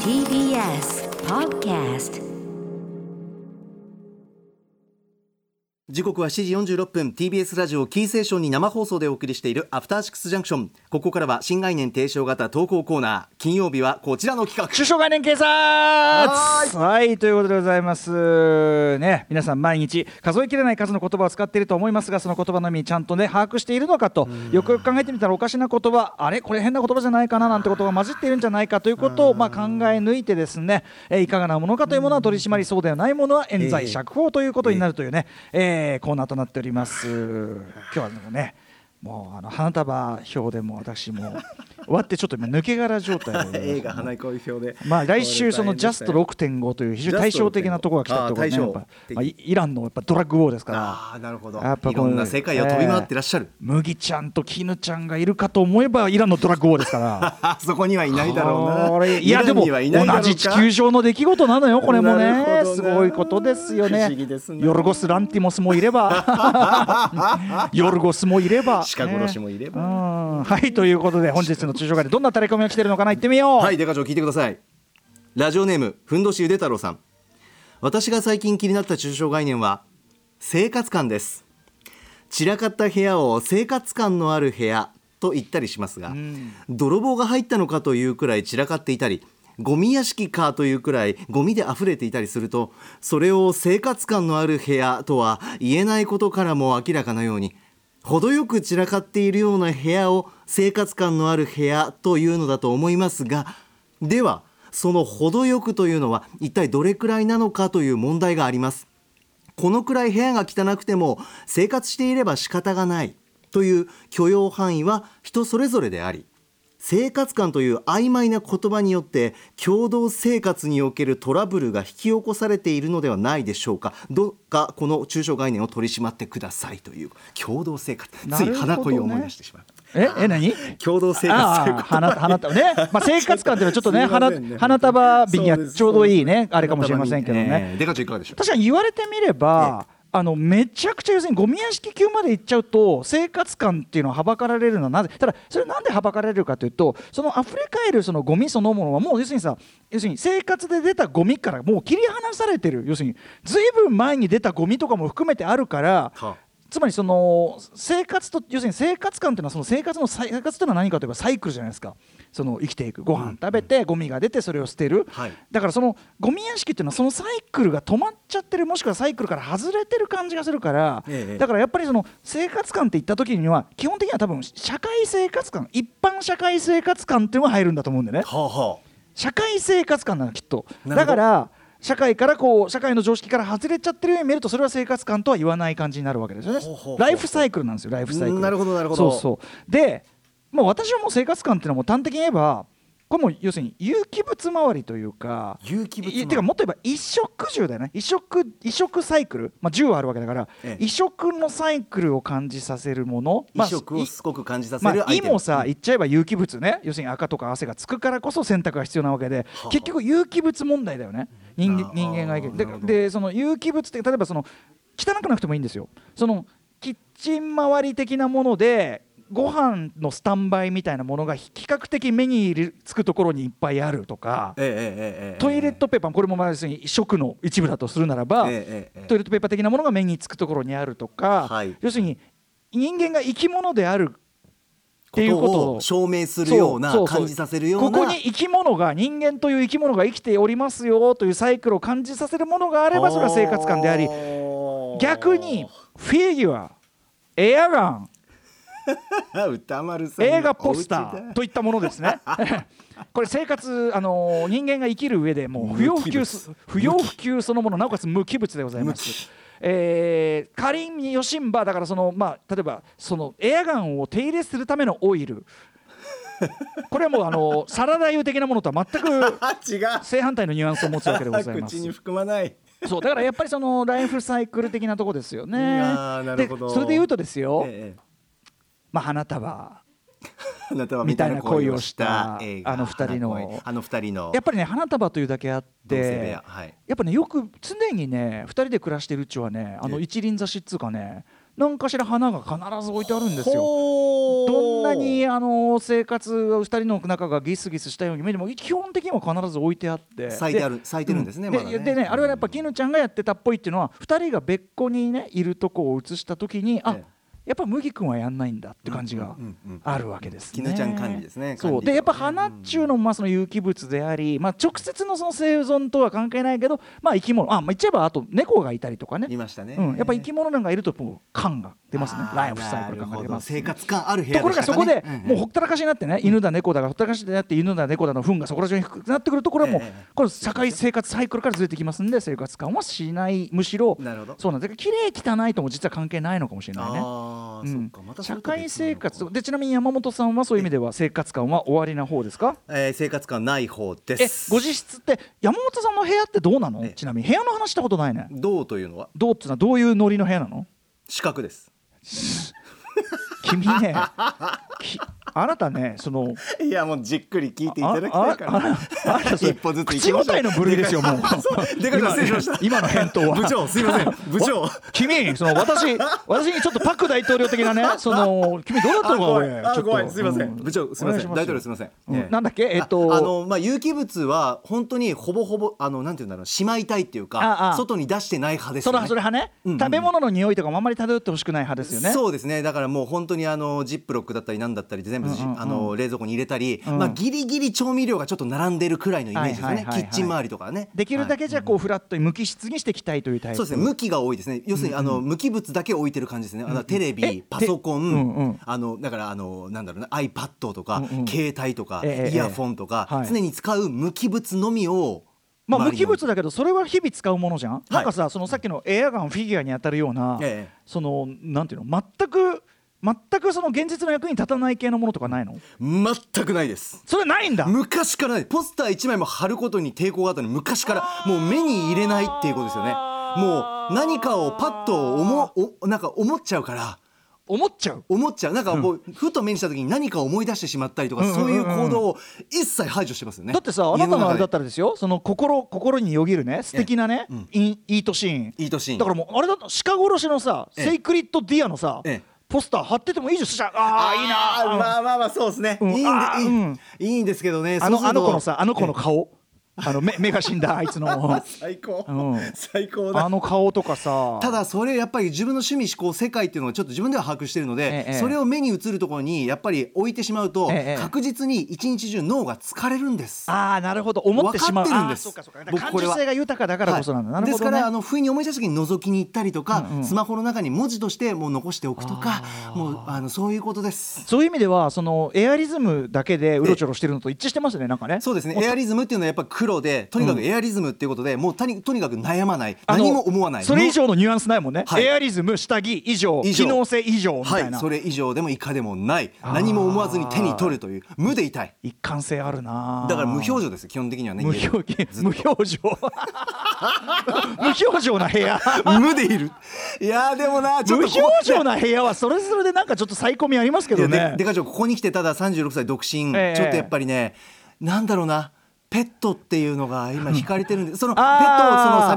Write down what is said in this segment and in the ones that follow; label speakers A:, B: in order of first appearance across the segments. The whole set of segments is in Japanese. A: TBS Podcast
B: 時刻は7時46分 TBS ラジオキーセーションに生放送でお送りしているアフターシックスジャンクションここからは新概念提唱型投稿コーナー金曜日はこちらの企画
C: 首相概念警察はいということでございますね皆さん毎日数えきれない数の言葉を使っていると思いますがその言葉の意味ちゃんとね把握しているのかとよくよく考えてみたらおかしな言葉あれこれ変な言葉じゃないかななんてことが混じっているんじゃないかということをまあ考え抜いてですねえーいかがなものかというものは取り締まりそうではないものは冤罪釈放ということになるというねえーコーナーとなっております今日はもうねもうあの花束表でも私も終わってちょっと今抜け殻状態でござい ます
B: 映画花恋表で
C: まあ、来週、そのジャスト6.5という非常に対照的なところが来たってこと
B: ジ
C: ね
B: ャス
C: や
B: ト
C: っ
B: 6.5
C: ぱまあ、イイランのやっぱドラッグウォーですから。
B: ああなるほど
C: やっぱ
B: いろんな世界を飛び回ってらっしゃる、
C: えー麦ちゃんと絹ちゃんがいるかと思えばイランのドラッグウォーですから
B: あそこに はいないだろう
C: あ
B: な
C: れいやでも
B: イランにはいないだろうか
C: 同じ地球上の出来事なのよこれも
B: なる
C: ね
B: ほど
C: す
B: な
C: ごいことですよね
B: 不思議ですね
C: ヨルゴス・ランティモスもいれ ばヨルゴスもいれば
B: 鹿殺しもいれば
C: ねうんはいということで本日の中小会でどんなタレコミが来てるのかな行ってみよう、
B: はい、デカ長聞いてください。ラジオネーム、ふんどしゆで太郎さん。私が最近気になった抽象概念は、生活感です。散らかった部屋を生活感のある部屋と言ったりしますが、泥棒が入ったのかというくらい散らかっていたり、ゴミ屋敷かというくらいゴミで溢れていたりすると、それを生活感のある部屋とは言えないことからも明らかなように、程よく散らかっているような部屋を生活感のある部屋というのだと思いますがではその程よくというのは一体どれくらいなのかという問題がありますこのくらい部屋が汚くても生活していれば仕方がないという許容範囲は人それぞれであり生活感という曖昧な言葉によって共同生活におけるトラブルが引き起こされているのではないでしょうかどうかこの抽象概念を取り締まってくださいという共同生活、
C: な
B: つ
C: る
B: い
C: ほどね
B: 花恋を思い出してしまう
C: ええ何
B: 共同生活という
C: あ
B: こ
C: あ
B: と
C: 花花束ね、まあ、生活感っていうのはちょっとね
B: すいま
C: 花
B: せんね
C: 花束引きが
B: そうです
C: ちょうどいいねあれかもしれませんけど
B: え
C: ね
B: えデカちゃんいかがでしょう
C: 確かに言われてみればあのめちゃくちゃ要するにゴミ屋敷級まで行っちゃうと生活感っていうのははばかられるのはなぜただそれなんではばかられるかというとそのあふれかえるそのゴミそのものはもう要するにさ要するに生活で出たゴミからもう切り離されてる要するにずいぶん前に出たゴミとかも含めてあるから
B: はあ
C: つまりその生活と要するに生活感というのはその生活の生活というのは何かといえばサイクルじゃないですかその生きていくご飯食べてゴミが出てそれを捨てる、
B: はい
C: だからそのゴミ屋敷っていうのはそのサイクルが止まっちゃってるもしくはサイクルから外れてる感じがするから、
B: ええ
C: だからやっぱりその生活感って言った時には基本的には多分社会生活感一般社会生活感っていうのが入るんだと思うんだよね。
B: はあは
C: 社会生活感なのきっと
B: なるほど
C: だから社会からこう社会の常識から外れちゃってるように見えるとそれは生活感とは言わない感じになるわけですよね
B: ほうほうほう
C: ライフサイクルなんですよライフサイク
B: うん
C: ル
B: なるほどなるほど
C: そうそうでもう私はもう生活感っていうのはもう端的に言えばこれもう要するに有機物周りというか
B: 有機物周り
C: いてかもっと言えば衣食住だよね衣食衣食サイクル、まあ、10はあるわけだから、
B: ええ
C: 衣食のサイクルを感じさせるもの、
B: あ
C: まあ
B: 衣食をすごく感じさせ
C: ま
B: る
C: あ、
B: アイ
C: 胃
B: テム
C: もさ言っちゃえば有機物ね要するに赤とか汗がつくからこそ洗濯が必要なわけで
B: あ
C: 結局有機物問題だよね
B: あ
C: 人間
B: ー
C: 人間がいけ
B: なるほど
C: ででその有機物って例えばその汚くなくてもいいんですよそのキッチン周り的なものでご飯のスタンバイみたいなものが比較的目に入れつくところにいっぱいあるとか
B: ええええええ
C: トイレットペーパーこれもまあ要するに食の一部だとするならば、
B: ええええええ
C: トイレットペーパー的なものが目につくところにあるとか、
B: はい
C: 要するに人間が生き物であるっていうこと
B: こと
C: を
B: を証明するような
C: そうそうそう
B: 感じさせるような
C: ここに生き物が人間という生き物が生きておりますよというサイクルを感じさせるものがあればそれは生活感であり逆にフィギュアエアガン
B: あ 歌丸さんの
C: 映画ポスタ
B: お家だ
C: ーといったものですね。これ生活、あのー人間が生きる上でもう不要不急す
B: 無機物
C: 不要不急そのものなおかつ無機物でございます。えー、仮によしんばだからその、まあ、例えばそのエアガンを手入れするためのオイ ルこれはもうあのーサラダ油的なものとは全く
B: あ違う
C: 正反対のニュアンスを持つわけでございます
B: 口に。含まない
C: そうだからやっぱりそのライフサイクル的なとこですよね。
B: あーなるほど
C: でそれで言うとですよ、
B: ええ
C: まあ、花束
B: あなたはみたいな恋をした
C: みた
B: 映
C: いな恋をした
B: 画
C: あの二人の
B: 花恋あの二人の
C: やっぱりね花束というだけあっ
B: 同性部
C: て
B: 屋はい
C: やっぱねよく常にね2人で暮らしてるうちはねあの
B: え
C: 一輪挿しっつうかね何かしら花が必ず置いてあるんですよ。
B: ほー
C: どんなにあの生活が2人の中がギスギスしたように見えても基本的には必ず置いてあって
B: 咲いてある咲いてるんですねまだね
C: でねあれはやっぱ絹ちゃんがやってたっぽいっていうのは2人が別個にねいるとこを映した時にあ
B: ええ
C: やっぱ麦君はやんないんだって感じが
B: うんうんうん
C: あるわけですね。
B: 絹ちゃん管理ですね
C: そ
B: 管
C: う
B: 理
C: でやっぱ
B: はね
C: 花っちゅうのもまあその有機物であり、まあ、直接のその生存とは関係ないけど、まあ、生き物あ、まあ、言っちゃえばあと猫がいたりとかね
B: いましたね
C: うん、やっぱ生き物なんかいるともう感が出ますね
B: あー
C: ライフサイクル感が出ます
B: なるほど生活感ある部屋
C: ところがそこでもうほ
B: う
C: ったらかしになってね犬だ猫だがほったらかしになって犬だ猫だの糞がそこら中に低くなってくるところはもう
B: ええ
C: これ社会生活サイクルからずれてきますんで生活感はしないむしろ
B: なるほど
C: そうなんです綺麗汚いとも実は関係ないのかもしれないね。
B: あ
C: う
B: ーそ
C: ん
B: っかまたそ
C: 社
B: れとは
C: 会
B: 別な
C: 生
B: のか
C: 活とでちなみに山本さんはそういう意味では生活感は終わりな方ですか
B: えー生活感ない方で
C: え
B: す
C: ご自室って山本さんの部屋ってどうなの
B: ええ
C: ちなみに部屋の話したことないね
B: どうというのは
C: どうってのはどういうノリの部屋 なの
B: 資格です
C: 君ねきあなたねその
B: いやもうじっくり聞いてい
C: あ
B: ただきたいか
C: あ
B: ら
C: ああなたそれ
B: 一歩ずつ行
C: 口
B: きましょう
C: 答えの部類ですよもう
B: でかいの失礼しました
C: 今の今の返答 は
B: 部長すいません部長
C: わ君その私私にちょっとパク大統領的なねその君どうだったのか
B: 怖い
C: 俺
B: あ
C: ちょっと
B: 怖いすいませ
C: うん
B: 部長すいません大
C: お願
B: 統領
C: よ
B: すいません
C: うん
B: ええ
C: なんだっけえっと
B: ああのまあ有機物は本当にほぼほぼあのなんていうんだろうしまいたいっていう
C: あ
B: か
C: あ
B: 外に出してない派です
C: そ
B: よね
C: れそれ派ね、
B: うんうん
C: 食べ物の匂いとかもあんまり漂ってほしくない派ですよね
B: そうですねだからもう本当にあのジップロックだったりなんだったりで全部じ、
C: うんうんうん
B: あの冷蔵庫に入れたり、
C: うん
B: まあ、ギリギリ調味料がちょっと並んでるくらいのイメージですね、
C: はいはいはいはい
B: キッチン周りとかね
C: できるだけじゃこうフラットに無機質にしていきたいというタイプ
B: そうですね向きが多いですね要するに、あの無機物だけ置いてる感じですね、あのテレビ
C: え
B: パソコン、
C: うんうん
B: あのだからあのなんだろうな iPad とか、
C: うんうん
B: 携帯とか、
C: ええ
B: イヤフォンとか、
C: ええはい
B: 常に使う無機物のみを
C: まあ
B: 周
C: 無
B: りに
C: 機物だけどそれは日々使うものじゃん、なんかさそのさっきのエアガンフィギュアに当たるような、
B: ええ
C: そのなんていうの全く全くその現実の役に立たない系のものとかないの
B: 全くないです
C: それないんだ
B: 昔からないポスター1枚も貼ることに抵抗があったのに昔からもう目に入れないっていうことですよねもう何かをパッと思おなんか思っちゃうから
C: 思っちゃう
B: 思っちゃうなんかこう、ふと目にした時に何か思い出してしまったりとか、
C: うんうんうん
B: そういう行動を一切排除してますよね
C: だってさあなたのあれだったたらですよその心心によぎるね素敵なね、
B: うん
C: インイートシーン
B: いい年
C: だからもうあれだと鹿殺しのさ、
B: ええ
C: セイクリッドディアのさ、
B: ええ
C: ポスター貼っててもいいじゃんそしたらああいいなあ
B: まあまあまあそうですね、
C: うん
B: いいん
C: あ
B: で
C: ー
B: いい,、
C: うん
B: いいんですけどね
C: あの
B: そうす
C: あ
B: ると
C: の子のさあの子の顔あの目目が死 んだあいつの
B: 最高、
C: うん
B: 最高だ
C: あの顔とかさ
B: ただそれやっぱり自分の趣味思考世界っていうのをちょっと自分では把握してるので、
C: ええ
B: それを目に映るところにやっぱり置いてしまうと、
C: ええ
B: 確実に一日中脳が疲れるんです。
C: ああなるほど思ってしまう
B: 分かってるんです
C: あーそうかそうかだ
B: 僕
C: から
B: こ
C: 感
B: れは
C: 受性が豊かだからこそなんだ、
B: はい
C: なる
B: で
C: ほ
B: す
C: ど、
B: か
C: ね、
B: らあの不意に思い出した時に覗きに行ったりとか、
C: うんうん
B: スマホの中に文字としてもう残しておくとか
C: あー
B: もうあのそういうことです。
C: そういう意味ではそのエアリズムだけでうろちょろしてるのと一致してますねなんかね
B: そうですね
C: も
B: エアリズムっていうのはやっぱ黒でとにかく
C: うん
B: エアリズムっていうことで、もうたにとにかく悩まない
C: あの
B: 何も思わない
C: それ以上のニュアンスないもんね、
B: はい
C: エアリズム下着以上
B: 以上
C: 機能性以上み
B: は
C: たい
B: い
C: な、
B: それ以上でも以下でもない何も思わずに手に取るという無でいたい
C: 一貫性あるな
B: だから無表情です基本的にはね
C: 無
B: 家で
C: 表情無表情 無表情な部屋
B: 無でいるいやーでも なち
C: 無
B: ょっと
C: 表
B: こ
C: 情な部屋はそれぞれでなんかちょっと最込みありますけ
B: いや
C: ど
B: で
C: ね
B: でかちょここに来てただ36歳独身、
C: ええ
B: ちょっとやっぱりねなんだろうなペットっていうのが今惹かれてる んでそのペ
C: あー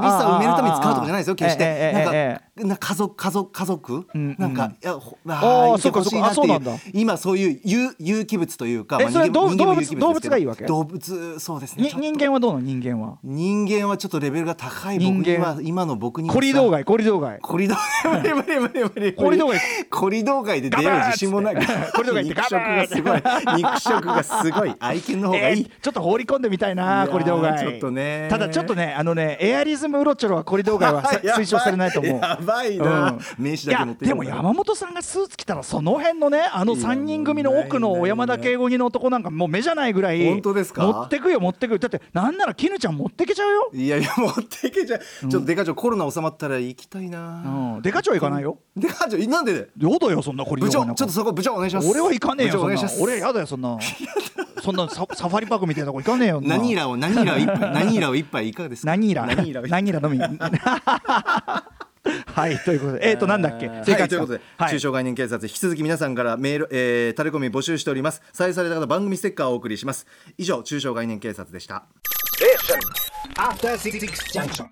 B: ットをその寂しさを埋めるために使うとかじゃないですよ決して、
C: えええええ
B: なんかな家族家族家族、
C: んうん
B: なんかいやほ
C: あー
B: ああ
C: そうか
B: 欲しいなって
C: そうか
B: い
C: あそうなん
B: う
C: だ
B: 今そういう有有機物というか、
C: えそれは
B: 人間も
C: 動物
B: 人間も有機ですけ
C: 動物動物
B: ど
C: がいいわけ
B: 動物そうですね
C: に
B: ちょっと
C: 人間はどうなの人間は
B: 人間はちょっとレベルが高い僕
C: 人間
B: には今の僕にはさ
C: コリドー街コリドー街
B: コリドー無理無理無理無理
C: コリドー街
B: コリドー街で出会う自信もない
C: ガバーッつってコリドー街行って
B: 肉食がすごい肉食がすごい愛犬の方がい
C: え
B: い、
C: ーちょっと放り込んでみたいな
B: やー
C: コリドー街
B: ちょっとね
C: ただちょっとねあのねエアリズムウロチョロはコリドー街はさ
B: やばい
C: 推奨されないと思う
B: やばいな名刺だけ持って
C: い
B: い
C: や
B: こ
C: でも
B: うかな
C: 山本さんがスーツ着たらその辺のねあの3人組の奥
B: い
C: の
B: や
C: 小山田圭吾似の男なんかもう目じゃないぐらい
B: 本当ですか
C: 持ってくよ持ってくよだってなんなら絹ちゃん持ってけちゃうよ、
B: いやいや持っていけちゃう、ちょっとデカ長コロナ収まったら行きたいな、
C: うん、でかちょは行かないよ
B: デカ長なんで
C: やだよそんなコリド
B: 部
C: ー
B: 長
C: 街
B: ちょっ
C: なんか
B: とそこ部長お願いします
C: 俺は行かねえよ
B: 部長
C: そ
B: お
C: ん
B: 願い
C: な
B: します
C: 俺やだよそんなそんなササファリパークみたいなとこ行かねえよ
B: 何イ
C: ラ
B: ラを何イラを一杯何イラを一杯いかがですか
C: 何イラ
B: 何イラを一杯
C: 何イラのみ はいということでえっ、となんだっけ
B: はい
C: 生活感
B: ということで、
C: はい
B: 中小概念警察引き続き皆さんからメール、えー、タレコミ募集しております採用された方番組ステッカーをお送りします以上中小概念警察でした
A: After Six Junction.